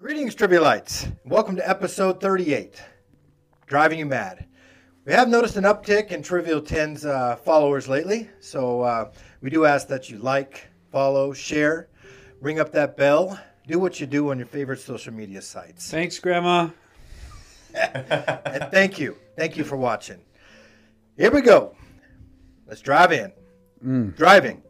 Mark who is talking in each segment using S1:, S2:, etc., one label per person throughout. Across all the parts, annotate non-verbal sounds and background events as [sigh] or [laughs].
S1: Greetings, Tribulites. Welcome to episode 38 Driving You Mad. We have noticed an uptick in Trivial 10's uh, followers lately, so uh, we do ask that you like, follow, share, ring up that bell, do what you do on your favorite social media sites.
S2: Thanks, Grandma.
S1: And thank you. Thank you for watching. Here we go. Let's drive in. Driving.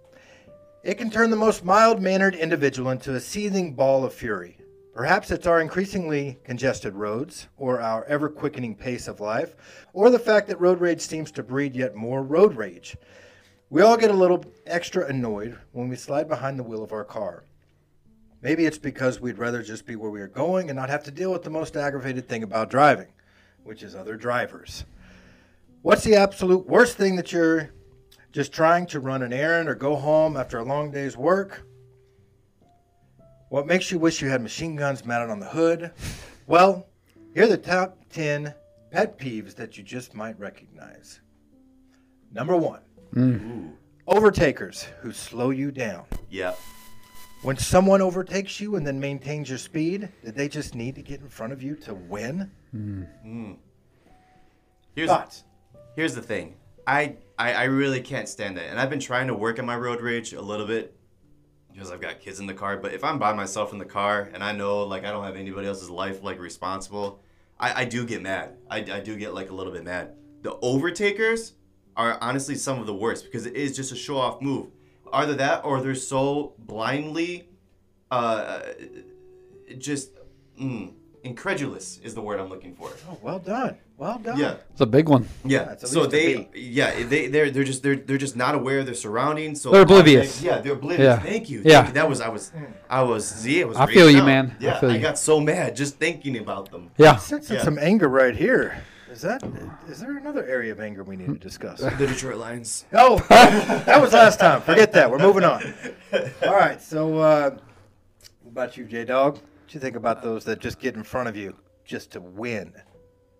S1: It can turn the most mild mannered individual into a seething ball of fury. Perhaps it's our increasingly congested roads, or our ever quickening pace of life, or the fact that road rage seems to breed yet more road rage. We all get a little extra annoyed when we slide behind the wheel of our car. Maybe it's because we'd rather just be where we are going and not have to deal with the most aggravated thing about driving, which is other drivers. What's the absolute worst thing that you're just trying to run an errand or go home after a long day's work? What makes you wish you had machine guns mounted on the hood? Well, here are the top 10 pet peeves that you just might recognize. Number one, overtakers who slow you down.
S3: Yeah.
S1: When someone overtakes you and then maintains your speed, did they just need to get in front of you to win?
S3: Here's
S1: Thoughts?
S3: here's the thing. I, I I really can't stand that, and I've been trying to work on my road rage a little bit because I've got kids in the car. But if I'm by myself in the car and I know like I don't have anybody else's life like responsible, I, I do get mad. I, I do get like a little bit mad. The overtakers are honestly some of the worst because it is just a show off move. Either that or they're so blindly uh, just mm, incredulous is the word I'm looking for.
S1: Oh, well done. Well done.
S3: Yeah.
S2: It's a big one.
S3: Yeah.
S1: it's at
S3: so
S1: least a
S3: they, yeah, they, they're, they're just, they're, they're just not aware of their surroundings. So
S2: They're oblivious.
S3: yeah, they're oblivious.
S2: Yeah.
S3: Thank you.
S2: Yeah.
S3: Thank you. That was, I was, I was, Z, I was.
S2: I feel
S3: reaching
S2: you,
S3: out.
S2: man. I
S3: Yeah. I,
S2: feel you.
S3: got so mad just thinking about them.
S2: Yeah.
S1: Sensing
S3: Yeah.
S1: some anger right here. Is that is there another area of anger we need to discuss?
S2: [laughs]
S3: The Detroit Lions.
S1: No, that was last time. Forget that. We're moving on. All right. So, uh, what about you, J Dog? What you think about those that just get in front of you just to win?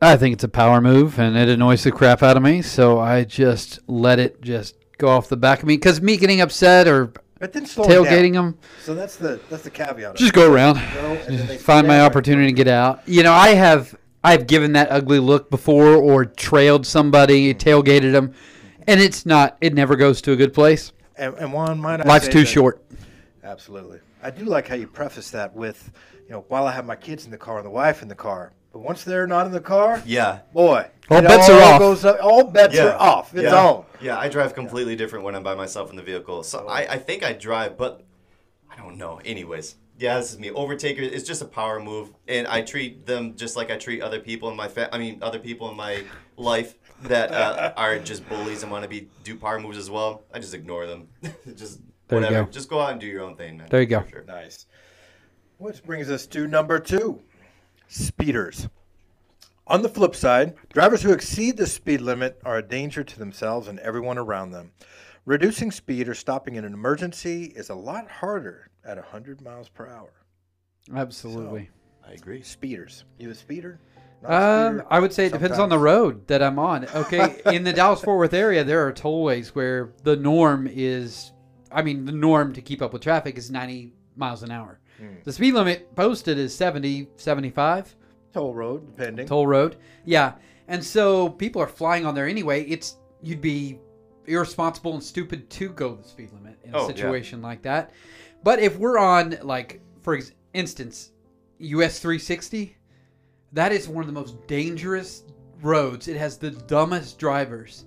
S2: I think it's a power move, and it annoys the crap out of me. So I just let it just go off the back of me. Because me getting upset or
S1: But then slow
S2: tailgating
S1: down.
S2: them,
S1: So that's the that's the caveat.
S2: just go around,
S1: and then they
S2: find my
S1: stare.
S2: opportunity to get out. You know, I have I've given that ugly look before, or trailed somebody,
S1: Mm-hmm.
S2: tailgated them, and it's not. It never goes to a good place.
S1: and, and Juan, might I
S2: Life's
S1: say
S2: too
S1: that-
S2: short.
S1: Absolutely. I do like how you preface that with, you know, while I have my kids in the car and the wife in the car. But once they're not in the car,
S3: Yeah.
S1: boy,
S2: All
S1: it
S2: bets are off.
S1: Goes up, all bets
S3: Yeah.
S1: are off. It's
S3: yeah.
S1: on.
S3: Yeah. I drive completely different when I'm by myself in the vehicle.
S2: Oh.
S3: So I, I think I drive, but I don't know. Anyways. Yeah, this is me. Overtaker is just a power move, and I treat them just like I treat other people in my fa- I mean, other people in my life that uh,
S2: [laughs]
S3: are just bullies and want to be do power moves as well. I just ignore them. [laughs] just
S2: There you
S3: whatever.
S2: go.
S3: Just go out and do your own thing, man.
S2: There you go.
S3: For sure.
S1: Nice. Which brings us to number two speeders. On the flip side, drivers who exceed the speed limit are a danger to themselves and everyone around them. Reducing speed or stopping in an emergency is a lot harder at 100 miles per hour.
S2: Absolutely.
S3: I agree.
S1: Speeders. You a speeder? Not a
S2: Um,
S1: speeder?
S2: I would say it depends on the road that I'm on.
S3: [laughs]
S2: Okay, in the Dallas Fort Worth area, there are tollways where the norm is, I mean, the norm to keep up with traffic is 90 miles an hour.
S3: Hmm.
S2: The speed limit posted is 70, 75
S1: Toll road, depending.
S2: toll road. Yeah, and so people are flying on there anyway. It's you'd be irresponsible and stupid to go the speed limit in
S3: Oh,
S2: a
S3: yeah.
S2: situation like that. But if we're on like for ex- instance, US 360, that is one of the most dangerous roads. It has the dumbest drivers,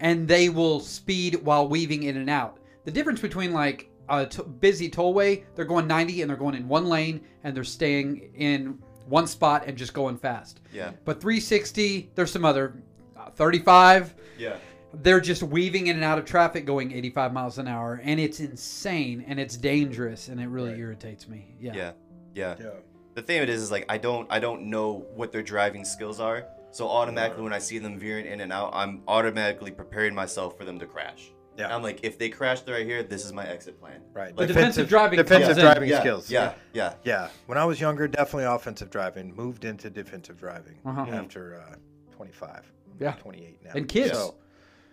S2: and they will speed while weaving in and out. The difference between like a t- busy tollway, they're going 90 and they're going in one lane and they're staying in one spot and just going fast.
S3: Yeah.
S2: But 360, there's some other uh, 35.
S3: Yeah.
S2: They're just weaving in and out of traffic going 85 miles an hour, and it's insane and it's dangerous and it really irritates me. Yeah.
S3: Yeah. Yeah.
S1: Yeah.
S3: The thing of it is, is like I don't, I don't know what their driving skills are. So automatically, when I see them veering in and out, I'm automatically preparing myself for them to crash.
S1: Yeah.
S3: I'm like, if they crash right here, this is my exit plan.
S1: Right.
S3: Like,
S2: The defensive driving
S1: Defensive
S2: comes in.
S1: driving
S3: yeah,
S1: skills.
S3: Yeah. Yeah.
S1: Yeah, when I was younger, definitely offensive driving. Moved into defensive driving
S2: Uh-huh.
S3: Mm-hmm.
S1: after uh, 25. I'm
S2: Yeah.
S1: 28 now.
S2: And kids.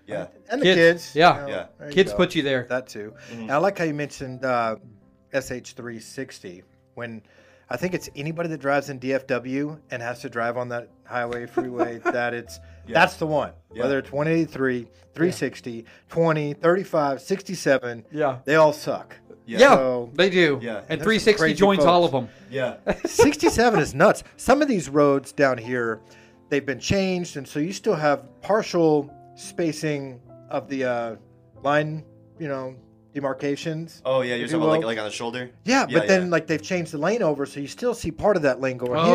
S3: Yeah.
S1: and the
S2: Kids,
S1: kids.
S2: yeah.
S3: Yeah. Mm-hmm.
S1: there
S2: Kids
S1: go.
S2: put you there.
S1: that too. And I like how you mentioned uh, SH360 when I think it's anybody that drives in DFW and has to drive on that highway
S2: [laughs]
S1: freeway that it's that's the one.
S3: Yeah.
S1: Whether it's 183, 360, 20, 35, 67,
S2: Yeah.
S1: they all suck.
S2: Yeah,
S1: So-
S2: they do.
S3: Yeah.
S2: And
S1: That's
S2: 360
S1: crazy
S2: joins all of
S1: folks.
S2: them.
S3: Yeah.
S1: 67 is nuts. Some of these roads down here, they've been changed, and so you still have partial spacing of the uh, line, you know, demarcations.
S3: Oh yeah,
S1: [laughs]
S3: you're
S1: If
S3: talking
S1: you
S3: about like
S1: will.
S3: like on the shoulder.
S1: Yeah,
S3: Yeah,
S1: but then
S3: yeah.
S1: like they've changed the lane over, so you still see part of that lane going
S2: Oh,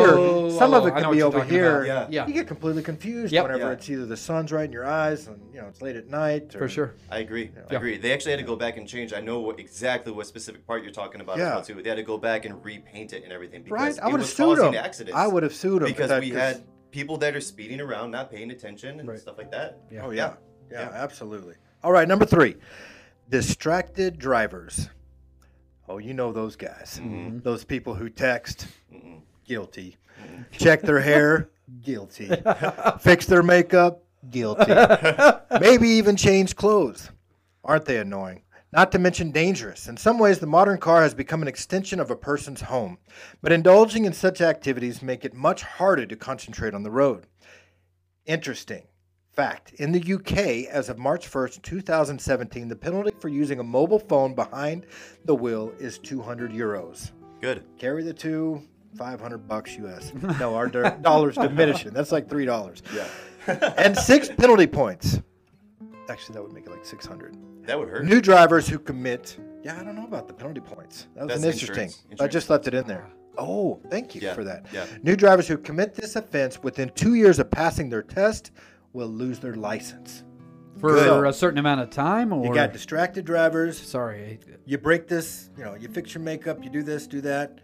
S1: here. Some of
S2: oh,
S1: it
S2: I know
S1: could
S2: what
S1: be
S2: you're
S1: over
S2: talking
S1: here.
S2: about. Yeah.
S1: You get completely confused
S2: Yep.
S1: whenever
S3: Yeah.
S1: it's either the sun's right in your eyes and you know it's late at night. Or,
S2: For sure.
S3: I agree. I
S2: Yeah.
S3: agree. They actually had to go back and change. I know what, exactly what specific part you're talking about. as
S1: Yeah.
S3: well, too. They had to go back and repaint it and everything
S1: Right?
S3: because
S1: I
S3: it
S1: would have
S3: was
S1: sued
S3: causing
S1: them.
S3: accidents.
S1: I would have sued them
S3: because we had people that are speeding around, not paying attention and
S1: Right.
S3: stuff like that.
S2: Yeah.
S1: Oh yeah. yeah.
S3: Yeah.
S1: absolutely. All right, number three. Distracted drivers. Oh, you know those guys. Mm-hmm. Those people who text, guilty. Check their [laughs] hair, guilty. Fix their makeup, [laughs] guilty. Maybe even change clothes. Aren't they annoying? Not to mention dangerous. In some ways, the modern car has become an extension of a person's home, but indulging in such activities make it much harder to concentrate on the road. Interesting fact in the UK, as of March 1st, 2017, the penalty for using a mobile phone behind the wheel is 200 euros.
S3: Good.
S1: Carry the two, 500 bucks US. No, our do- dollars diminishing. That's like three dollars.
S3: Yeah.
S1: And six penalty points. Actually, that would make it like 600.
S3: That would hurt.
S1: New drivers who commit. Yeah, I don't know about the penalty points. That was
S3: That's
S1: an interesting.
S3: insurance.
S1: I just left it in there. Oh, thank you
S3: Yeah,
S1: for that.
S3: yeah.
S1: New drivers who commit this offense within two years of passing their test will lose their license.
S2: For
S1: Good.
S2: a certain amount of time or
S1: You got distracted drivers.
S2: Sorry.
S1: You break this. You know, you fix your makeup. You do this, do that.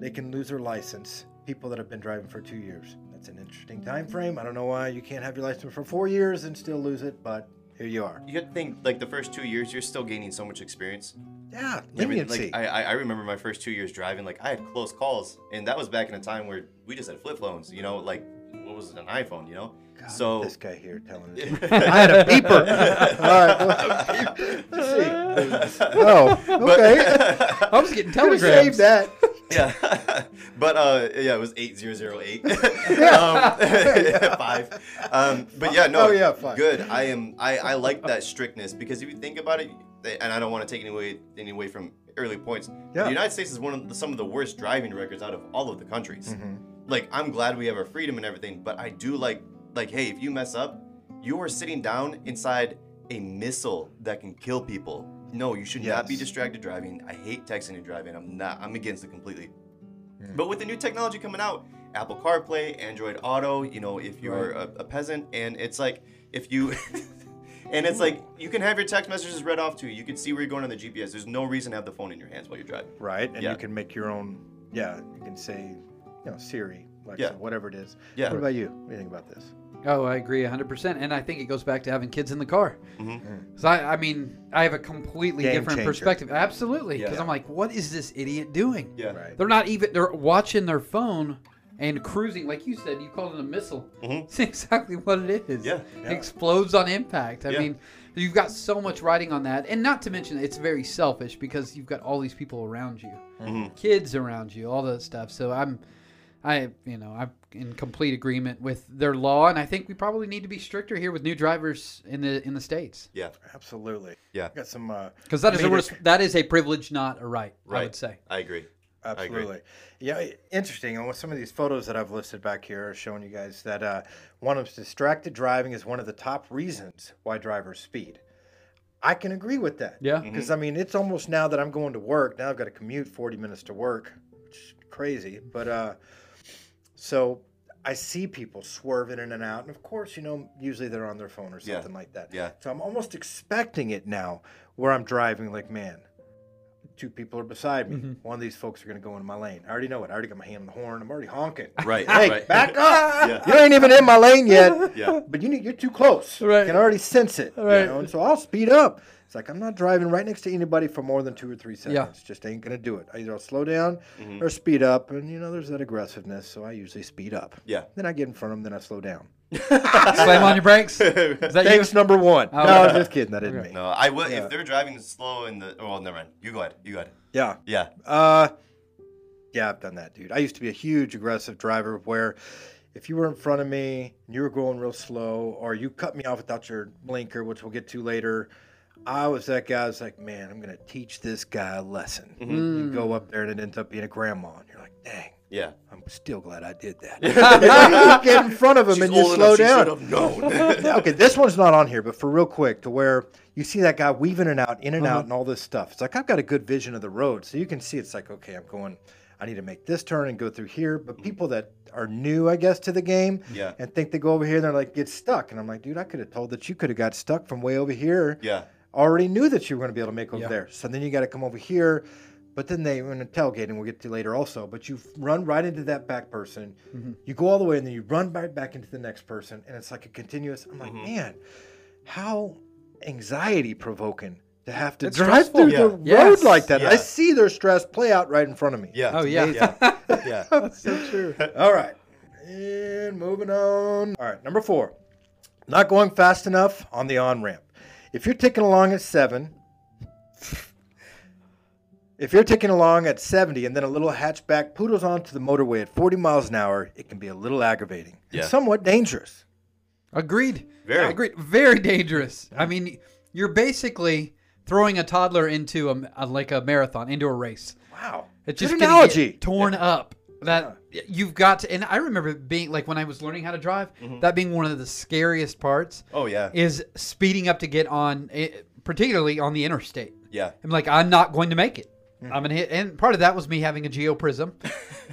S1: They can lose their license. People that have been driving for two years. That's an interesting time frame. I don't know why you can't have your license for four years and still lose it, but here you are.
S3: You got to think like the first two years, you're still gaining so much experience.
S1: Yeah,
S3: I mean,
S1: leniency.
S3: like I, I I remember my first two years driving, like I had close calls, and that was back in a time where we just had flip phones. You know, like what was it, an iPhone? You know,
S1: God,
S3: so
S1: this [laughs] guy here telling
S3: [laughs]
S1: us. I had a beeper. All [laughs] right. well, Let's see. Oh,
S3: [laughs]
S1: okay.
S3: But-
S2: I was getting
S1: Could have saved
S2: telegrams.
S1: that.
S3: yeah, [laughs] but uh, yeah, it was eight zero zero eight. [laughs] Um, [laughs] five. Um, but yeah, no.
S1: Oh, yeah, five.
S3: Good. I am. I I like that strictness because if you think about it, and I don't want to take any away any away from early points.
S1: Yeah.
S3: The United States is one of the, some of the worst driving records out of all of the countries.
S1: Hmm.
S3: Like I'm glad we have our freedom and everything, but I do like like hey, if you mess up, you are sitting down inside a missile that can kill people. No, you should not be
S1: Yes.
S3: distracted driving. I hate texting and driving. I'm not. I'm against it completely.
S1: Hmm.
S3: But with the new technology coming out, Apple CarPlay, Android Auto, you know, if you're a, a peasant, and it's like if you, [laughs] and it's like you can have your text messages read off to you. You can see where you're going on the GPS. There's no reason to have the phone in your hands while you're driving.
S1: Right. And
S3: Yeah.
S1: you can make your own. Yeah. You can say, you know, Siri, Alexa,
S3: Yeah.
S1: whatever it is.
S3: Yeah.
S1: What about you? What do you think about this?
S2: Oh, I agree 100%. And I think it goes back to having kids in the car.
S3: Mhm.
S2: Because I, I mean, I have a completely
S1: Game
S2: different
S1: changer.
S2: perspective. Absolutely. Because
S3: Yeah.
S2: I'm like, what is this idiot doing?
S3: Yeah.
S1: Right.
S2: They're not even, they're watching their phone and cruising. Like you said, you called it a missile.
S3: Mhm.
S2: It's [laughs] exactly what it is.
S3: Yeah,
S1: Mm-hmm. yeah.
S2: It explodes on impact. I
S3: Yeah.
S2: mean, you've got so much writing on that. And not to mention, it's very selfish because you've got all these people around you,
S1: Mm-hmm.
S3: Mhm.
S2: kids around you, all that stuff. So I'm. I, you know, I'm in complete agreement with their law, and I think we probably need to be stricter here with new drivers in the in the states.
S3: Yeah.
S1: Absolutely.
S3: Yeah.
S1: Got some. Uh,
S2: Because that is
S1: Comedic.
S2: a res- that is a privilege, not a right. I
S3: Right.
S2: would say.
S3: I agree. agree.
S1: Absolutely. Yeah, interesting. And with some of these photos that I've listed back here are showing you guys that uh, one of distracted driving is one of the top reasons why drivers speed. I can agree with that.
S2: Yeah.
S1: Because,
S3: Mm-hmm.
S1: I mean, it's almost now that I'm going to work. Now I've got to commute 40 minutes to work, which is crazy. But uh, so I see people swerving in and out. And of course, you know, usually they're on their phone or
S3: Yeah.
S1: something like that.
S3: Yeah.
S1: So I'm almost expecting it now where I'm driving, like, man, two people are beside me. One of these folks are going to go into my lane. I already know it. I already got my hand on the horn. I'm already honking.
S3: Right.
S1: Hey,
S3: right.
S1: back [laughs] up.
S3: [laughs] Yeah.
S1: You ain't even in my lane
S2: [laughs]
S1: yet.
S3: Yeah.
S1: [laughs] But you need, you're too close.
S2: Right.
S1: You can already sense it.
S2: Right.
S1: You know? And so I'll speed up. It's like, I'm not driving right next to anybody for more than two or three seconds.
S2: Yeah.
S1: Just ain't going to do it. Either I'll slow down or speed up. And, you know, there's that aggressiveness. So I usually speed up.
S3: [laughs] Yeah.
S1: Then I get in front of them, then I slow down.
S2: Slam on your brakes. Is that you?
S1: Thanks, number one.
S2: Oh,
S1: no, I'm
S2: okay.
S1: just kidding. That isn't me.
S3: No, I would
S1: Yeah.
S3: if they're driving slow in the. Oh, well, never mind. You go ahead. You go ahead.
S1: Yeah.
S3: Yeah.
S1: Uh, Yeah, I've done that, dude. I used to be a huge aggressive driver where if you were in front of me and you were going real slow or you cut me off without your blinker, which we'll get to later, I was that guy that's like, man, I'm going to teach this guy a lesson. You go up there and it ends up being a grandma, and you're like, dang.
S3: Yeah.
S1: I'm still glad I did that. [laughs] you get in front of him and you slow down.
S3: No.
S1: Yeah, [laughs] okay, this one's not on here, but for real quick, to where you see that guy weaving and out, in and out, and all this stuff. It's like I've got a good vision of the road, so you can see it's like okay, I'm going. I need to make this turn and go through here. But people that are new, I guess, to the game,
S3: [laughs] Yeah.
S1: and think they go over here, and they're like get stuck, and I'm like, dude, I could have told that you could have got stuck from way over here.
S3: yeah.
S1: Already knew that you were going to be able to make over
S2: Yeah.
S1: there. So then you got to come over here. But then they were in a tailgate, and we'll get to later also. But you run right into that back person.
S2: Mm-hmm.
S1: You go all the way, and then you run right back into the next person, and it's like a continuous. I'm like, man, how anxiety provoking to have to
S2: It's
S1: drive
S2: stressful.
S1: through the
S2: Yeah.
S1: road
S2: Yes.
S1: like that. I
S3: Yeah.
S1: see their stress play out right in front of me.
S3: Yeah.
S2: Oh yeah.
S3: Yeah. Yeah.
S1: That's so true. All right. And moving on. All right, number four. Not going fast enough on the on ramp. If you're ticking along at seven, if you're ticking along at 70 and then a little hatchback poodles onto the motorway at 40 miles an hour, it can be a little aggravating
S3: Yeah.
S1: and somewhat dangerous.
S2: [laughs] Agreed.
S3: Very.
S2: agreed. Very dangerous. I mean, you're basically throwing a toddler into a, a- like a marathon, into a race.
S1: Wow.
S2: It's
S1: Good
S2: just gonna get
S1: analogy.
S2: torn up. That you've got to, and I remember it being like when I was learning how to drive, that being one of the scariest parts.
S3: Oh yeah.
S2: Is speeding up to get on, eh, particularly on the interstate.
S3: Yeah.
S2: I'm like, I'm not going to make it. I'm gonna hit, and part of that was me having a Geo Prism,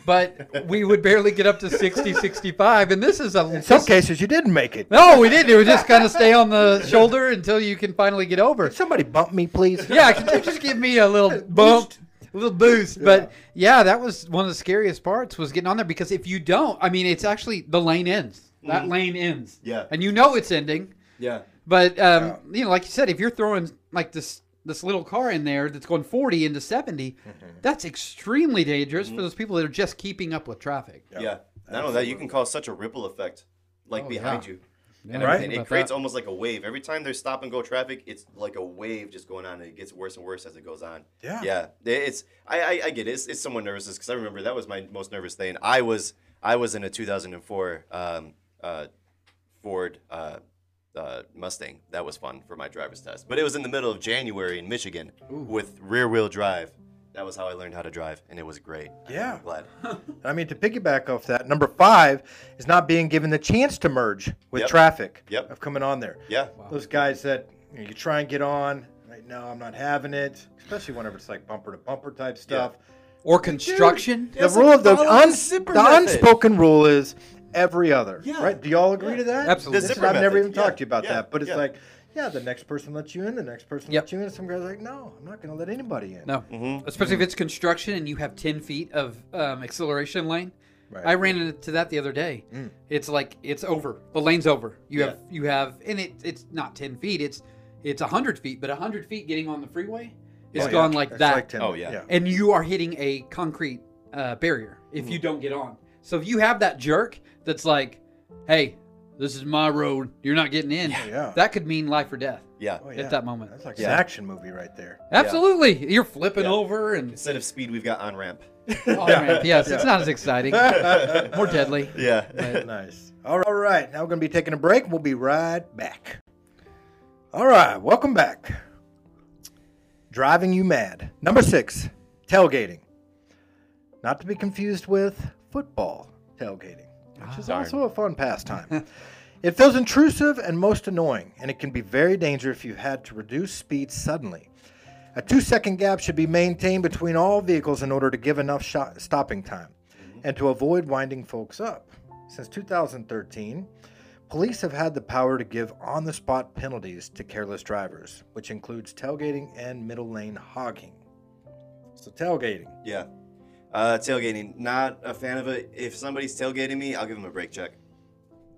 S2: but we would barely get up to 60, 65, and this is a
S1: In some cases, you didn't make it.
S2: no, we didn't. It was just kind of stay on the shoulder until you can finally get over.
S1: [laughs] Somebody bump me, please.
S2: Yeah, could you just give me a little bump, a little boost? But yeah, that was one of the scariest parts was getting on there because if you don't, I mean, it's actually the lane ends. That lane ends.
S3: Yeah.
S2: and you know it's ending.
S3: Yeah.
S2: But um, you know, like you said, if you're throwing like this this little car in there that's going 40 into 70,
S1: Mm-hmm.
S2: that's extremely dangerous for those people that are just keeping up with traffic.
S3: [laughs] Yeah. Not only that, you can cause such a ripple effect, like behind
S2: yeah.
S3: you.
S2: Yeah,
S3: And
S1: Right.
S3: everything.
S2: about
S3: It creates
S2: that.
S3: almost like a wave. Every time there's stop and go traffic, it's like a wave just going on, and it gets worse and worse as it goes on.
S1: Yeah.
S3: Yeah. It's I I, I get it. It's, it's somewhat nervous because I remember that was my most nervous thing. I was I was in a 2004 um, uh, Ford uh, uh, Mustang. That was fun for my driver's test, but it was in the middle of January in Michigan with rear wheel drive. That was how I learned how to drive, and it was great.
S1: Yeah.
S3: I'm
S1: [laughs]
S3: glad.
S1: I mean, to piggyback off that, number five is not being given the chance to merge with
S3: Yep.
S1: traffic
S3: Yep.
S1: of coming on there.
S3: Yeah.
S1: Those guys that you, know, you try and get on, right now I'm not having it, especially whenever it's like bumper to bumper type stuff.
S2: or construction.
S1: The rule of the, un- the unspoken rule is every other.
S3: Yeah.
S1: Right? Do y'all agree to that?
S2: Absolutely. The
S1: This is-
S3: zipper
S1: I've never
S3: method.
S1: even
S3: Yeah.
S1: talked to you about
S3: Yeah.
S1: that, but it's
S3: Yeah.
S1: like, yeah, the next person lets you in, the next person
S2: Yep.
S1: lets you in. Some guys are like, no, I'm not going to let anybody in.
S2: No,
S1: Mm-hmm.
S2: especially if it's construction and you have ten feet of um, acceleration lane.
S1: Right. Mm.
S2: I ran into that the other day. It's like it's over. The lane's over. You have you have, and it it's not ten feet. It's it's hundred feet, but hundred feet getting on the freeway is
S1: Oh, yeah.
S2: gone like
S1: It's
S2: that,
S1: like 10
S3: Oh, yeah.
S2: and you are hitting a concrete uh, barrier if you don't get on. So if you have that jerk that's like, "Hey, this is my road. You're not getting in."
S1: yeah.
S2: That could mean life or death
S3: Yeah.
S1: Oh, yeah.
S2: at that moment.
S1: That's like
S3: Yeah.
S1: an action movie right there.
S2: Absolutely, you're flipping
S3: Yeah.
S2: over and
S3: [laughs] Instead of speed, we've got on ramp.
S2: Oh, man. Yes, it's not as exciting. More deadly.
S1: [laughs]
S3: Yeah.
S2: But
S1: Nice. All right, all right. Now we're going to be taking a break. We'll be right back. All right. Welcome back. Driving you mad. Number six, tailgating. Not to be confused with football tailgating, which is also a fun pastime. it feels intrusive and most annoying, and it can be very dangerous if you had to reduce speed suddenly. A two second gap should be maintained between all vehicles in order to give enough shot- stopping time and to avoid winding folks up. Since 2013, police have had the power to give on the spot penalties to careless drivers, which includes tailgating and middle lane hogging. So, tailgating.
S3: Yeah. Uh, tailgating. Not a fan of it. If somebody's tailgating me, I'll give them a brake check.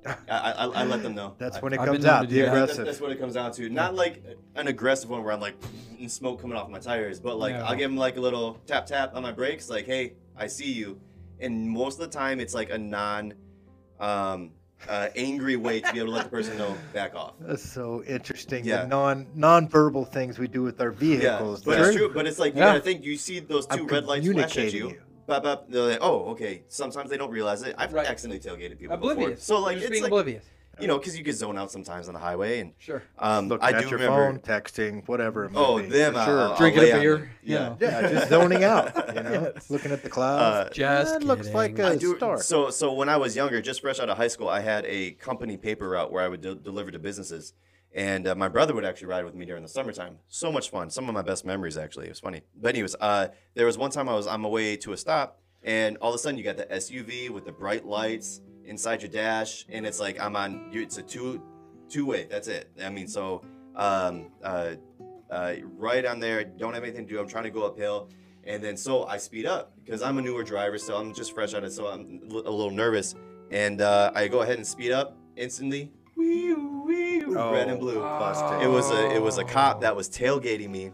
S3: I, I, I I let them know.
S1: [laughs] That's
S3: I-
S1: when it
S2: I've
S1: comes
S2: been known
S1: out,
S2: to
S1: the
S2: do that.
S3: That's,
S1: aggressive.
S3: that's what it comes down to. Not like an aggressive one where I'm like and smoke coming off my tires, but like
S2: No.
S3: I'll give them like a little tap tap on my brakes, like hey, I see you. And most of the time, it's like a non um, uh, angry way to be able to let the person know back off.
S1: That's so interesting.
S3: Yeah.
S1: The non non-verbal things we do with our
S3: Yeah,
S1: vehicles.
S3: but
S1: They're-
S3: it's true. But it's like you
S2: Yeah.
S3: gotta think. You see those
S1: I'm
S3: two red lights flash at
S1: communicating
S3: you,
S1: you.
S3: bop, bop. They're like, oh, okay. Sometimes they don't realize it. I've
S2: Right.
S3: accidentally tailgated people before.
S2: Oblivious.
S3: So
S2: You're
S3: like,
S2: just
S3: it's
S2: being
S3: like
S2: oblivious.
S3: you know, because you get zoned out sometimes on the highway, and
S2: Sure.
S3: um,
S1: Looking
S3: I
S1: at
S3: do
S1: your
S3: remember.
S1: phone, texting, whatever. It might
S3: Oh,
S1: be,
S3: them,
S1: for
S3: I'll-
S1: sure.
S3: I'll-
S2: Drinking a
S3: lay on
S2: beer,
S3: them.
S2: you know.
S1: yeah, just zoning out.
S3: [laughs]
S1: You [laughs] know, looking at the clouds.
S3: Uh,
S2: Just
S1: that looks like
S3: [laughs]
S2: kidding.
S1: a
S3: I do-
S1: star.
S3: So, so when I was younger, just fresh out of high school, I had a company paper route where I would de- deliver to businesses, and uh, my brother would actually ride with me during the summertime. So much fun. Some of my best memories actually. It was funny. But anyways, uh, there was one time I was on my way to a stop, and all of a sudden you got the SUV with the bright lights inside your dash, and it's like I'm on. You, it's a two, two way. That's it. I mean, so. Um, uh, uh, right on there. Don't have anything to do. I'm trying to go uphill, and then so I speed up because I'm a newer driver, so I'm just fresh out of, so I'm l- a little nervous, and uh, I go ahead and speed up instantly. Wee wee, red and blue.
S1: busted.
S3: It was a it was a cop that was tailgating me,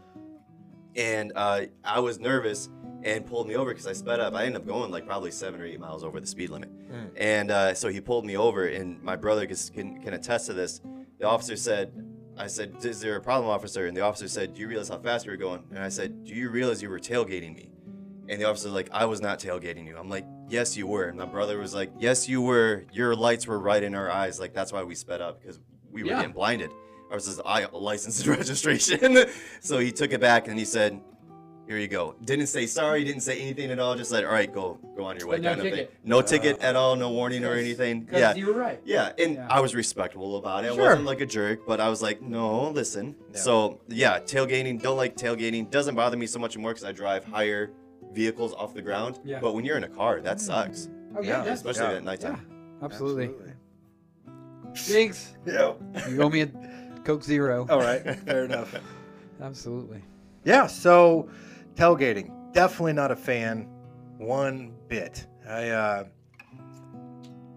S3: and uh, I was nervous and pulled me over because I sped up. I ended up going like probably seven or eight miles over the speed limit,
S1: Mm.
S3: and uh, so he pulled me over. And my brother can, can can attest to this. The officer said, "I said, is there a problem, officer?" And the officer said, "Do you realize how fast you were going?" And I said, "Do you realize you were tailgating me?" And the officer's like, I was not tailgating you. I'm like, yes, you were. And my brother was like, yes, you were. Your lights were right in our eyes. Like, that's why we sped up because we were
S2: Yeah.
S3: getting blinded. I was just, I license and [laughs] registration. so he took it back and he said, here you go. Didn't say sorry, didn't say anything at all. Just said, all right, go, go on your way.
S2: But no
S3: kind of thing.
S2: ticket. Uh,
S3: No ticket at all, no warning or
S2: Because-
S3: anything.
S2: Because
S3: Yeah.
S2: you were right.
S3: Yeah, and
S2: Yeah.
S3: I was respectful about it.
S2: Sure.
S3: I wasn't like a jerk, but I was like, no, listen.
S1: Yeah.
S3: So yeah, tailgating. Don't like tailgating. Doesn't bother me so much anymore because I drive higher vehicles off the ground.
S2: Yeah.
S3: But when you're in a car, that sucks,
S2: Oh
S1: Yeah,
S2: yeah, yeah,
S3: especially
S1: Yeah.
S3: at
S2: yeah.
S3: nighttime.
S2: Absolutely. Jinx,
S1: Yeah.
S2: you owe me a Coke Zero.
S1: All right. [laughs] Fair enough.
S2: Absolutely.
S1: Yeah, so tailgating, definitely not a fan one bit. I uh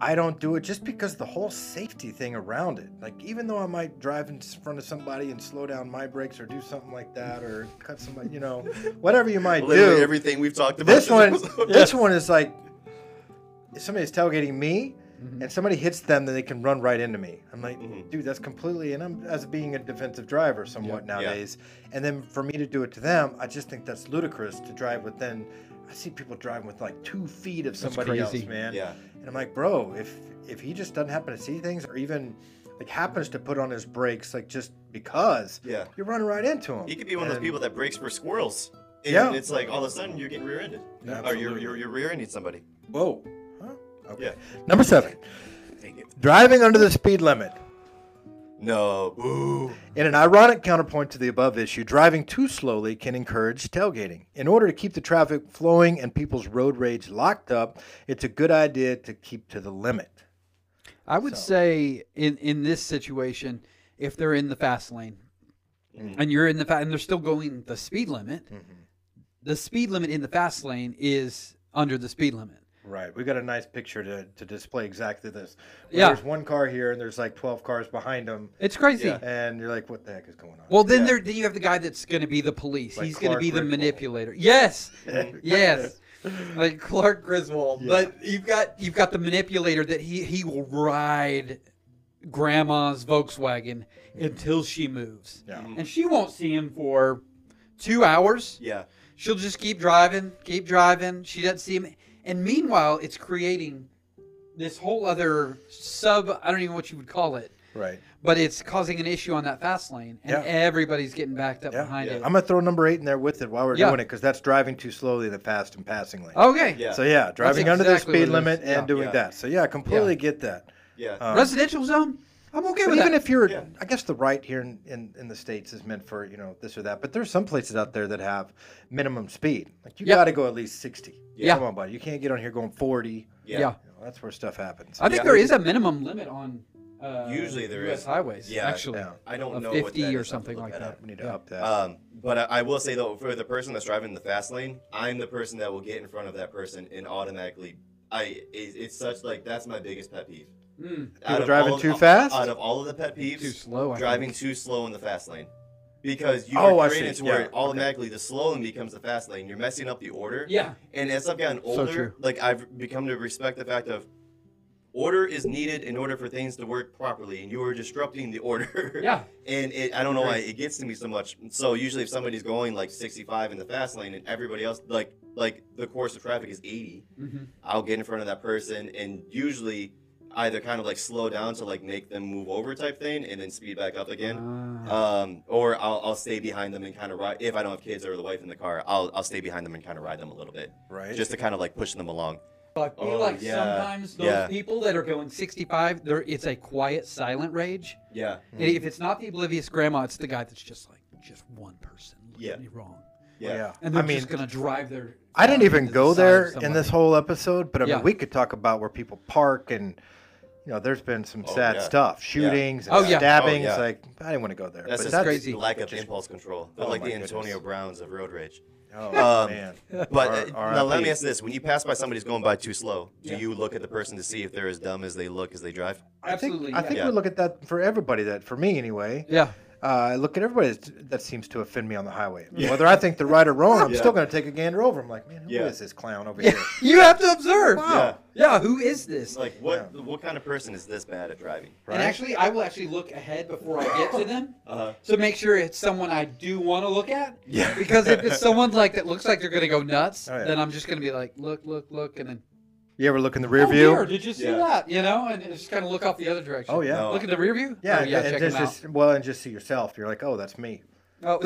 S1: I don't do it just because the whole safety thing around it. Like even though I might drive in s- front of somebody and slow down my brakes or do something like that or cut somebody, you [laughs] know, whatever you might
S3: Literally
S1: do.
S3: everything we've talked about. [laughs]
S1: This one
S2: [laughs]
S3: episode.
S1: this one is like if somebody's tailgating me
S2: Mm-hmm.
S1: and somebody hits them then they can run right into me. I'm like,
S3: Mhm.
S1: dude, that's completely and I'm as being a defensive driver somewhat
S3: Yeah.
S1: nowadays. And then for me to do it to them, I just think that's ludicrous to drive within I see people driving with like two feet of somebody else,
S2: crazy.
S1: man.
S3: Yeah.
S1: And I'm like, bro, if if he just doesn't happen to see things or even like happens to put on his brakes like just because
S3: Yeah.
S1: you're running right into him.
S3: He could be one of those
S1: And-
S3: people that breaks for squirrels. And
S1: Yeah.
S3: It's like all of a sudden you're getting rear-ended,
S1: Yeah,
S3: or you're
S1: absolutely.
S3: you're, you're rear-ending somebody.
S1: Whoa. Huh? Okay.
S3: Yeah.
S1: Number seven.
S3: Dang it.
S1: Driving under the speed limit.
S3: No. Boo.
S1: In an ironic counterpoint to the above issue, driving too slowly can encourage tailgating. In order to keep the traffic flowing and people's road rage locked up, it's a good idea to keep to the limit.
S2: I would
S1: So-
S2: say in in this situation, if they're in the fast lane,
S1: Mm-hmm.
S2: and you're in the fa- and they're still going the speed limit, the speed limit in the fast lane is under the speed limit.
S1: Right. We got a nice picture to, to display exactly this. Where
S2: Yeah.
S1: There's one car here and there's like 12 cars behind them.
S2: It's crazy.
S3: Yeah.
S1: And you're like, what the heck is going on?
S2: Well, then
S3: Yeah.
S2: there then you have the guy that's going to be the police.
S1: Like
S2: He's going to
S1: Clark
S2: be the
S1: Griswold. Mm-hmm.
S2: manipulator. Yes,
S1: [laughs]
S2: yes, like Clark Griswold.
S1: Yeah.
S2: But you've got you've got the manipulator that he he will ride Grandma's Volkswagen until she moves,
S1: yeah.
S2: and she won't see him for two hours.
S3: Yeah.
S2: She'll just keep driving, keep driving. She doesn't see him, and meanwhile, it's creating this whole other sub. I don't even know what you would call it
S1: Right.
S2: but it's causing an issue on that fast lane, and
S1: Yeah.
S2: everybody's getting backed up
S1: Yeah.
S2: behind
S3: Yeah.
S2: it.
S1: I'm going to throw number eight in there with it while we're
S2: Yeah.
S1: doing it because that's driving too slowly in the fast and passing lane.
S2: Okay,
S3: Yeah.
S1: So, yeah, driving under the
S2: exactly
S1: speed
S2: what it
S1: limit
S2: is.
S1: and
S2: Yeah.
S1: doing
S3: Yeah.
S1: that. So, yeah, I completely get that.
S3: Yeah.
S2: Uh,
S1: Um,
S2: residential zone. I'm okay
S1: But
S2: with
S1: even
S2: that.
S1: if you're,
S3: Yeah.
S1: I guess the right here in, in, in the states is meant for you know this or that. But there's some places out there that have minimum speed. Like you
S2: Yeah.
S1: got to go at least sixty.
S2: Yeah.
S1: Come on, buddy. You can't get on here going forty.
S2: yeah.
S1: You know, that's where stuff happens.
S2: I think
S3: Yeah.
S2: there is a minimum limit on. Uh,
S3: Usually there
S2: US
S3: is.
S2: highways.
S3: Yeah.
S2: actually,
S1: Yeah.
S3: I don't
S2: Of
S3: know
S2: 50
S3: what that
S2: or
S3: is. I'll have to
S2: something
S3: look
S2: like
S3: up.
S2: that.
S1: we need to
S2: Yeah.
S1: up that.
S3: Um, but I, I will say though, for the person that's driving the fast lane, I'm the person that will get in front of that person and automatically. I it, it's such like that's my biggest pet peeve.
S2: Mm,
S1: People
S3: Out of
S1: driving
S3: all of-
S1: too fast?
S3: Out of all of the pet peeves,
S2: too slow. I
S3: driving
S2: think.
S3: too slow in the fast lane, because you
S1: Oh, I
S3: are created
S1: see.
S3: to where
S1: Yeah,
S3: it automatically the slow lane becomes the fast lane. You're messing up the order.
S2: Yeah.
S3: And as I've gotten older,
S2: true.
S3: like I've become to respect the fact of order is needed in order for things to work properly, and you are disrupting the order. [laughs]
S2: Yeah.
S3: And it, I don't know why it gets to me so much. So usually, if somebody's going like 65 in the fast lane, and everybody else like like the course of traffic is 80,
S2: Mm-hmm.
S3: I'll get in front of that person and usually either kind of like slow down to like make them move over type thing and then speed back up again.
S2: Uh,
S3: Um, or I'll, I'll stay behind them and kind of ride. If I don't have kids or the wife in the car, I'll, I'll stay behind them and kind of ride them a little bit
S1: right?
S3: just to kind of like push them along.
S2: I feel
S3: Oh,
S2: like
S3: yeah.
S2: sometimes those
S3: Yeah.
S2: people that are going 65, they're, it's a quiet, silent rage.
S3: Yeah.
S1: Hmm.
S2: And if it's not the oblivious grandma, it's the guy that's just like, just one person. Look
S3: Yeah.
S2: at me wrong.
S3: Yeah.
S2: And
S1: I
S2: they're
S1: mean,
S2: just going to drive their.
S1: I didn't
S2: car
S1: even
S2: into the
S1: go
S2: side of
S1: there in
S2: somebody.
S1: this whole episode, but I mean,
S2: Yeah.
S1: we could talk about where people park and. You know, there's been some
S3: Oh,
S1: sad
S3: yeah.
S1: stuff, shootings, and
S2: Oh, yeah. Oh,
S1: stabbings.
S3: yeah.
S1: Like I didn't want to go there.
S3: That's
S1: but
S3: just
S1: that's
S2: crazy.
S3: the lack of
S1: just-
S3: impulse control. They're
S1: Oh
S3: like
S1: my
S3: the Antonio
S1: goodness.
S3: Browns of road rage.
S1: Oh
S3: Um,
S1: man.
S3: But
S1: R-
S3: uh, now let
S1: RIP.
S3: me ask this: When you pass by somebody who's going by too slow, do
S2: Yeah.
S3: you look at the person to see if they're as dumb as they look as they drive?
S1: I think
S2: Absolutely.
S1: I think
S3: yeah.
S1: we look at that for everybody. That for me anyway.
S2: yeah.
S1: Uh, I look at everybody that, that seems to offend me on the highway. Whether I think they're right or wrong, I'm
S3: Yeah.
S1: still going to take a gander over. I'm like, man, who is
S3: Yeah.
S1: this clown over
S2: yeah.
S1: here?
S2: You have to observe.
S1: Wow.
S2: Yeah. Who is this?
S3: It's like what what kind of person is this bad at driving?
S1: Right? Uh-huh.
S2: And actually, I will actually look ahead before I get to them.
S3: Uh,
S2: So make sure it's someone I do want to look at.
S3: [laughs] yeah.
S2: Because if it's someone like that looks like they're gonna go nuts,
S1: Oh, yeah.
S2: then I'm just gonna be like, look, look, look, and then
S1: you ever look in the rear
S2: oh,
S1: view?
S2: dear, did you see
S3: Yeah.
S2: that? You know, and just kind of look off the other direction.
S1: Oh yeah.
S3: No.
S2: Look at the rear view.
S1: Yeah,
S2: oh, yeah.
S1: and
S2: Check
S1: just,
S2: them out.
S1: just- well, and just see yourself. You're like, oh, that's me. [laughs]
S2: Oh.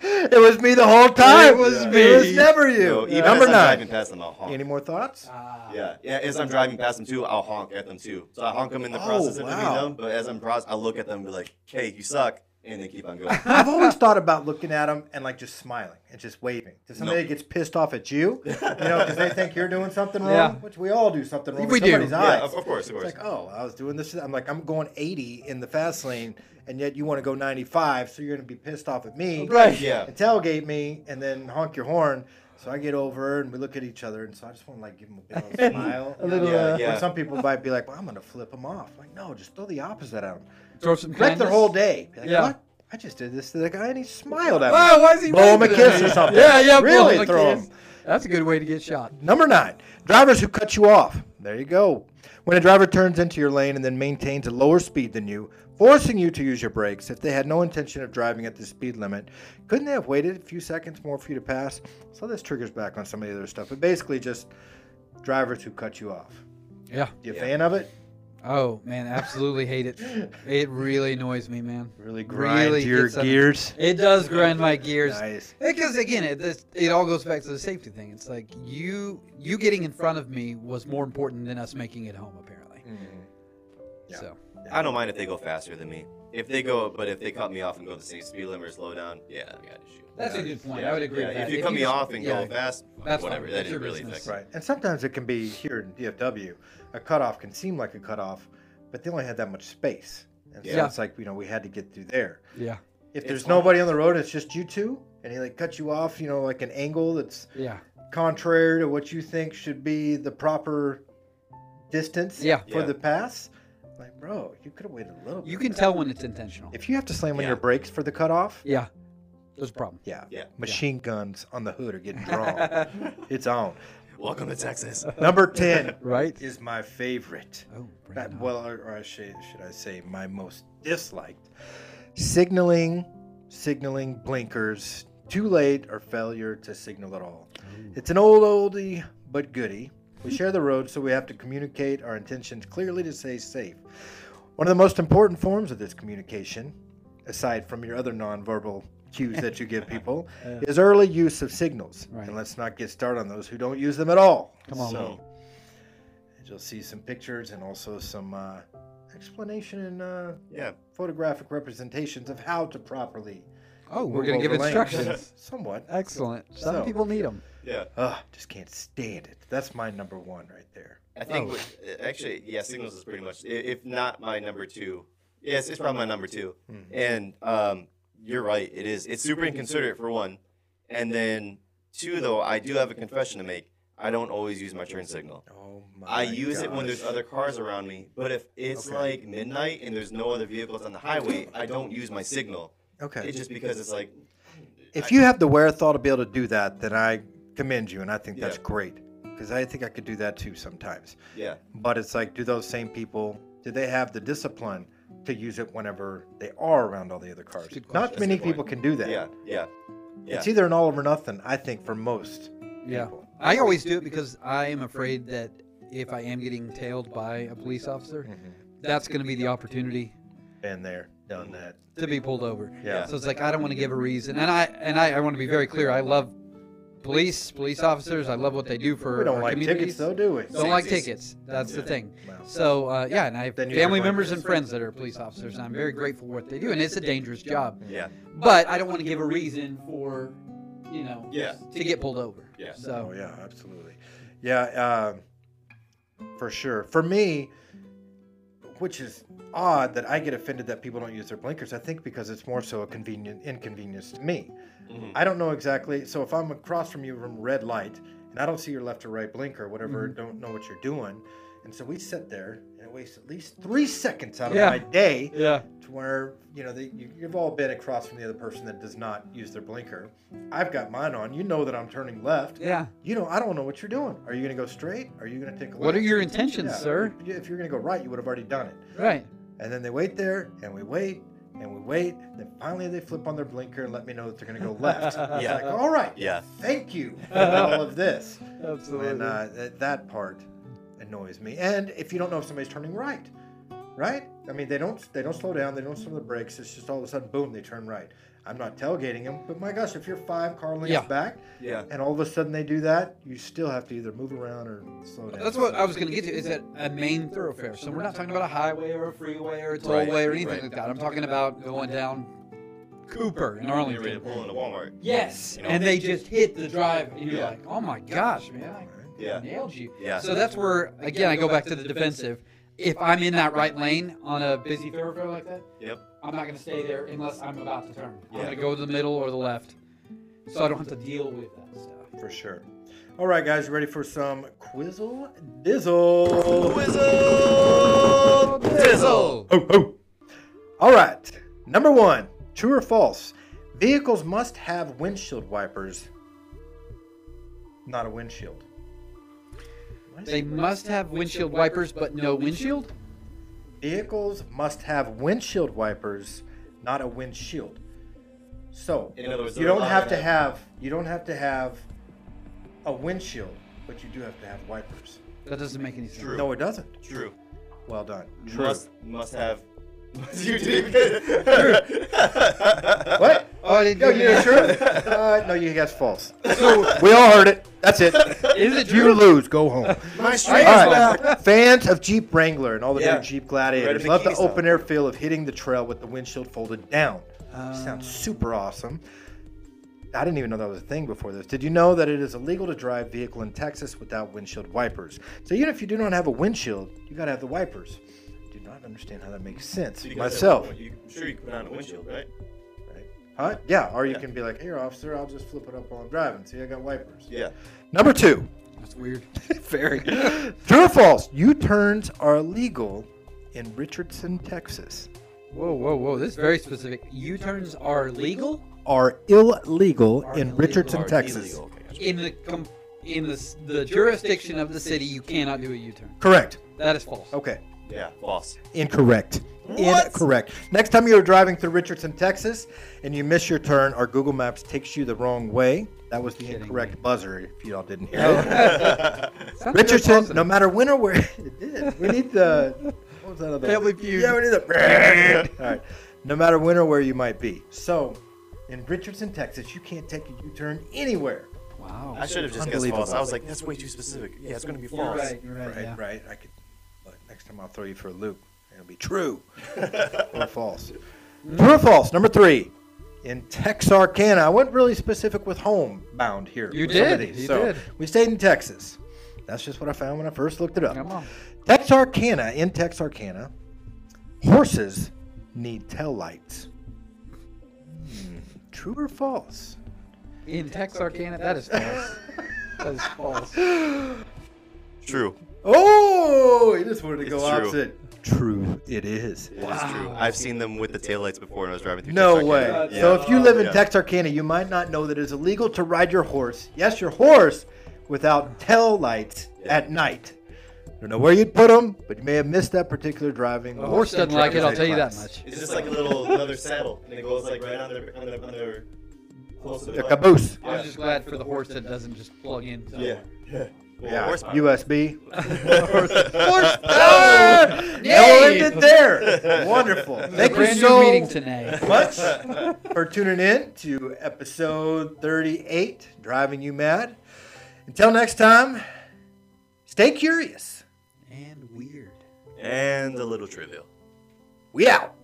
S1: It was me the whole time.
S2: It was
S1: It was
S2: me.
S1: never
S3: No,
S1: you. uh, Number
S3: even as I'm
S1: nine.
S3: driving past them, I'll honk.
S1: Any more thoughts?
S2: Ah.
S3: Yeah, yeah. As I'm driving past them too, I'll honk at them too. So I honk them in the
S1: Oh,
S3: process of meeting
S1: wow.
S3: them, but as I'm process, I look at them and be like, "Hey, you suck," and they keep
S1: [laughs]
S3: on going.
S1: I've always thought about looking at them and like just smiling and just waving to somebody that gets pissed off at you, you know, because they think you're doing something wrong,
S2: Yeah.
S1: which we all do something wrong.
S2: We
S1: with
S2: do.
S1: somebody's
S2: Yeah,
S1: eyes.
S3: yeah, of, of course, of
S1: It's
S3: course.
S1: like, oh, I was doing this. I'm like, I'm going 80 in the fast lane, and yet you want to go 95, so you're going to be pissed off at me
S2: Right.
S3: yeah.
S1: and tailgate me, and then honk your horn. So I get over and we look at each other, and so I just want to like give them a big old smile.
S2: [laughs] A little,
S3: Yeah,
S2: uh,
S1: When
S3: yeah.
S1: Some people might be like, well, I'm going to flip them off. Like, no, just throw the opposite at them.
S2: Throw some.
S1: Wreck
S2: kindness.
S1: their whole day. Be like,
S2: Yeah.
S1: What? I just did this to the guy, and he smiled at me.
S2: Wow, why is he
S1: Blow him a
S2: waving at
S1: kiss
S2: me?
S1: or something.
S2: Yeah, yeah. blow
S1: Really
S2: him a
S1: throw
S2: kiss.
S1: him.
S2: That's a good way to get shot.
S1: Number nine, drivers who cut you off. There you go. When a driver turns into your lane and then maintains a lower speed than you, forcing you to use your brakes, if they had no intention of driving at the speed limit, couldn't they have waited a few seconds more for you to pass? So this triggers back on some of the other stuff, but basically just drivers who cut you off.
S2: Yeah.
S1: You a
S3: Yeah.
S1: fan of it?
S2: Oh man, absolutely hate it. It really annoys me, man.
S1: Really grind
S2: grind Really your
S1: your
S2: gets under-
S1: gears.
S2: It does grind my gears.
S1: Nice.
S2: Because again, it, this, it all goes back to the safety thing. It's like you you getting in front of me was more important than us making it home, apparently.
S1: Yeah.
S2: So
S3: I don't mind if they go faster than me. If they go, but if they cut me off and go the same speed limit or slow down, yeah, I got an issue.
S2: that's a good point. I would agree.
S3: Yeah,
S2: with
S3: if
S2: that.
S3: you cut me
S2: just-
S3: off and
S2: yeah,
S3: go fast,
S2: That's
S3: whatever.
S2: fine.
S3: That
S2: That's your
S3: didn't really
S2: business.
S3: affect.
S1: Right. And sometimes it can be here in DFW, a cutoff can seem like a cutoff, but they only had that much space. And so
S2: Yeah.
S1: it's like, you know, we had to get through there.
S2: Yeah,
S1: If
S3: It's
S1: there's
S3: long.
S1: nobody on the road, it's just you two, and he like cuts you off, you know, like an angle that's
S2: yeah,
S1: contrary to what you think should be the proper distance
S2: Yeah.
S1: for
S3: Yeah.
S1: the pass. Like, bro, you could have waited a little bit.
S2: you can tell when it's intentional.
S1: If you have to slam on
S3: Yeah.
S1: your brakes for the cutoff,
S2: Yeah, there's a problem.
S1: yeah.
S3: Yeah.
S1: Machine guns on the hood are
S2: [laughs]
S1: getting drawn. it's on.
S3: Welcome to Texas.
S1: Number
S2: [laughs]
S1: 10
S2: right?
S1: is my favorite.
S2: Oh, bring
S1: Not-
S2: it on.
S1: well, or, or I should, should I say my most disliked signaling, signaling blinkers, too late or failure to signal at all. It's an old oldie but goodie. We share the road, so we have to communicate our intentions clearly to stay safe. One of the most important forms of this communication, aside from your other nonverbal cues that you give people,
S2: [laughs] Yeah.
S1: is early use of signals.
S2: Right.
S1: And let's not get started on those who don't use them at all.
S2: Come on,
S1: So, and you'll see some pictures and also some uh, explanation and uh,
S3: Yeah.
S1: photographic representations of how to properly.
S2: oh, we're
S1: move
S2: gonna give
S1: over lanes.
S2: instructions.
S1: Somewhat.
S2: Excellent. Some
S1: So-
S2: people need them.
S3: Yeah.
S1: Ugh, just can't stand it. That's my number one right there.
S3: I think
S1: Oh.
S3: what- actually, yeah, signals is pretty much, i- if not my number two. Yes, it's probably my number two.
S1: Mhm.
S3: And um, you're right, it is. It's super inconsiderate for one, and then two though. I do have a confession to make. I don't always use my turn signal.
S1: Oh my
S3: I use it when there's
S1: gosh.
S3: other cars around me, but if it's
S1: Okay.
S3: like midnight and there's no other vehicles on the highway, I don't use my signal.
S1: Okay.
S3: It's just because it's like.
S1: If you have the wherewithal to be able to do that, then I commend you, and I think that's
S3: Yeah.
S1: great because I think I could do that too sometimes.
S3: Yeah.
S1: But it's like, do those same people do they have the discipline to use it whenever they are around all the other cars?
S2: good question.
S1: Not
S3: That's a
S1: many
S3: good point.
S1: people can do that.
S3: Yeah. Yeah. Yeah.
S1: It's either an all or nothing, I think, for most.
S2: Yeah.
S1: people.
S2: I always do it because I am afraid that if I am getting tailed by a police officer,
S3: Mm-hmm.
S2: that's going to be the opportunity
S1: Been there, done that.
S2: to be pulled over.
S1: Yeah.
S2: So it's like I don't want to give a reason, and I and I, I want to be very clear. I love police, police officers. I love what they do for
S1: We don't
S2: our
S1: like tickets
S2: communities.
S1: though, do we?
S2: Don't like
S3: Safeties.
S2: tickets. That's the
S3: Yeah.
S2: thing.
S1: Wow.
S2: So uh, yeah, and I have
S1: Then you're
S2: family
S1: right.
S2: members and friends that are police officers, and I'm very grateful for what they do. And it's a dangerous job,
S3: Yeah.
S2: but I don't want to give a reason for, you know,
S3: Yeah.
S2: to get pulled over.
S3: Yeah.
S1: Oh
S2: So
S1: yeah, absolutely. Yeah, um, for sure. For me, which is odd that I get offended that people don't use their blinkers. I think because it's more so a convenient inconvenience to me.
S3: Mhm.
S1: I don't know exactly. So if I'm across from you from a red light and I don't see your left or right blinker, whatever,
S2: Mm-hmm.
S1: don't know what you're doing, and so we sit there and it wastes at least three seconds out of
S2: Yeah.
S1: my day
S2: yeah,
S1: to where you know that you, you've all been across from the other person that does not use their blinker. I've got mine on. You know that I'm turning left.
S2: yeah.
S1: You know I don't know what you're doing. Are you going to go straight? Are you going to take a left?
S2: What are your intentions,
S1: Yeah,
S2: sir?
S1: you- If you're going to go right, you would have already done it.
S2: Right.
S1: And then they wait there, and we wait, and we wait. Then finally they flip on their blinker and let me know that they're going to go left.
S3: [laughs]
S1: It's
S3: Yeah.
S1: like, all right.
S3: Yeah.
S1: Thank you
S3: [laughs]
S1: for all of this.
S2: Absolutely.
S1: And uh, th- that part annoys me. And if you don't know if somebody's turning right, right? I mean, they don't they don't slow down. They don't slow the brakes. It's just all of a sudden, boom, they turn right. I'm not tailgating them, but my gosh, if you're five car lengths
S2: Yeah.
S1: back,
S3: Yeah.
S1: and all of a sudden they do that, you still have to either move around or slow down.
S2: That's what I was going to get to. Is that a main thoroughfare? So we're not talking about a highway or a freeway or a tollway
S3: Right,
S2: or anything
S3: right.
S2: like that. I'm talking about going down Cooper in
S3: You're ready to
S2: Arlington.
S3: pull into Walmart.
S2: Yes,
S3: You know?
S2: and they just hit the drive, and you're
S3: Yeah.
S2: like, "Oh my gosh, man, I
S3: Yeah.
S2: nailed you."
S3: Yeah.
S2: So that's where again I go back to the defensive. If I'm in that right lane on a busy thoroughfare like that,
S3: Yep.
S2: I'm not going to stay there unless I'm about to turn. I'm
S3: Yeah.
S2: going to go to the middle or the left, so I don't have to deal with that stuff.
S1: for sure. All right, guys, you ready for some quizzle dizzle?
S3: Oh, Whizzle! Dizzle!
S1: Oh, oh. All right. Number one, true or false? Vehicles must have windshield wipers, not a windshield. Why is
S2: They
S1: it-
S2: must have windshield wipers, but no windshield.
S1: Vehicles must have windshield wipers, not a windshield. So
S3: In other words,
S1: you
S3: they're
S1: don't have to
S3: allowed to
S1: have you don't have to have a windshield, but you do have to have wipers.
S2: That doesn't make any sense.
S3: True.
S1: No, it doesn't.
S3: True.
S1: Well done.
S3: [laughs] Must must have. you did good.
S1: What?
S2: Oh, I didn't
S1: No,
S2: do
S1: you know,
S2: that.
S1: true? Uh, no, you guessed false. we all heard it. That's it.
S2: Is it
S1: You
S2: true?
S1: lose. Go home.
S3: My
S1: All
S3: street
S1: right. Fans of Jeep Wrangler and all the
S3: Yeah.
S1: new Jeep Gladiators
S3: Ready to
S1: love the
S3: keys up.
S1: open air feel of hitting the trail with the windshield folded down. Sounds super awesome. I didn't even know that was a thing before this. Did you know that it is illegal to drive vehicle in Texas without windshield wipers? So even if you do not have a windshield, you gotta have the wipers. Do not understand how that makes sense myself.
S3: You, I'm sure you can put on a windshield, right?
S1: Huh? Yeah, or you
S3: Yeah.
S1: can be like, here, officer, I'll just flip it up while I'm driving. See, I got wipers.
S3: Yeah.
S1: Number two,
S2: That's weird.
S1: [laughs] Very. True or false? U turns are illegal in Richardson, Texas.
S2: Whoa, whoa, whoa. This is very specific. U turns are legal
S1: Are illegal
S2: Are
S1: in
S2: illegal.
S1: Richardson,
S3: Or
S1: Texas.
S3: illegal, okay, gotcha.
S2: in the com- in the, s- the jurisdiction of the city. You cannot do a U turn.
S1: Correct.
S2: That is false.
S1: Okay.
S3: Yeah.
S1: [laughs]
S3: False.
S1: Incorrect.
S3: What?
S1: Incorrect. Next time you're driving through Richardson, Texas, and you miss your turn, or Google Maps takes you the wrong way. That was the
S2: Kidding
S1: incorrect buzzer. If you all didn't hear it,
S2: Sounds very
S1: Richardson.
S2: positive.
S1: No matter when or where [laughs] it did, we need the what was that other
S2: Family Feud.
S1: Yeah, we need the. [laughs] all right. No matter when or where you might be, so in Richardson, Texas, you can't take a U-turn anywhere.
S2: Wow.
S3: I should have just guessed
S1: Unbelievable.
S3: false. I was like, that's way too specific. Yeah, it's gonna be
S2: You're
S3: false.
S2: right. You're right.
S1: Right,
S2: yeah.
S1: right. I could. But next time I'll throw you for a loop. It'll be true [laughs] or false. True or false? Number three. In Texarkana, I went really specific with homebound here.
S2: You
S1: with some of
S2: did,
S1: these.
S2: you
S1: so
S2: did.
S1: we stayed in Texas. That's just what I found when I first looked it up.
S2: Come on.
S1: Texarkana, in Texarkana, horses need taillights. Hmm, True or false?
S2: In Texarkana, that is false. [laughs] that is false.
S3: True.
S1: Oh, you just wanted to
S3: It's
S1: go
S3: true.
S1: opposite. True, it is.
S3: It is true. I've seen them with the taillights before when I was driving through
S1: No
S3: Texarkana.
S1: way.
S2: Yeah.
S1: So if you live in
S3: Yeah.
S1: Texarkana, you might not know that it's illegal to ride your horse, yes, your horse, without tail lights
S3: Yeah.
S1: at night. Don't know where you'd put them, but you may have missed that particular driving.
S2: The horse doesn't like it. I'll tell you that much.
S3: [laughs] It's just like a little leather saddle, and it goes like right on their on their, on their
S4: close to the
S1: The caboose.
S2: I'm just glad for the horse that doesn't just plug in.
S4: Yeah. [laughs] Yeah.
S1: Yeah.
S3: horse-
S1: USB.
S2: Horse.
S1: Ah!
S2: Yay!
S1: Now we'll end it there. Wonderful. Thank you
S2: brand new
S1: so
S2: meeting tonight.
S1: much for tuning in to episode 38, Driving You Mad. Until next time, stay curious.
S2: [laughs] And weird.
S3: and a little trivial.
S1: We out.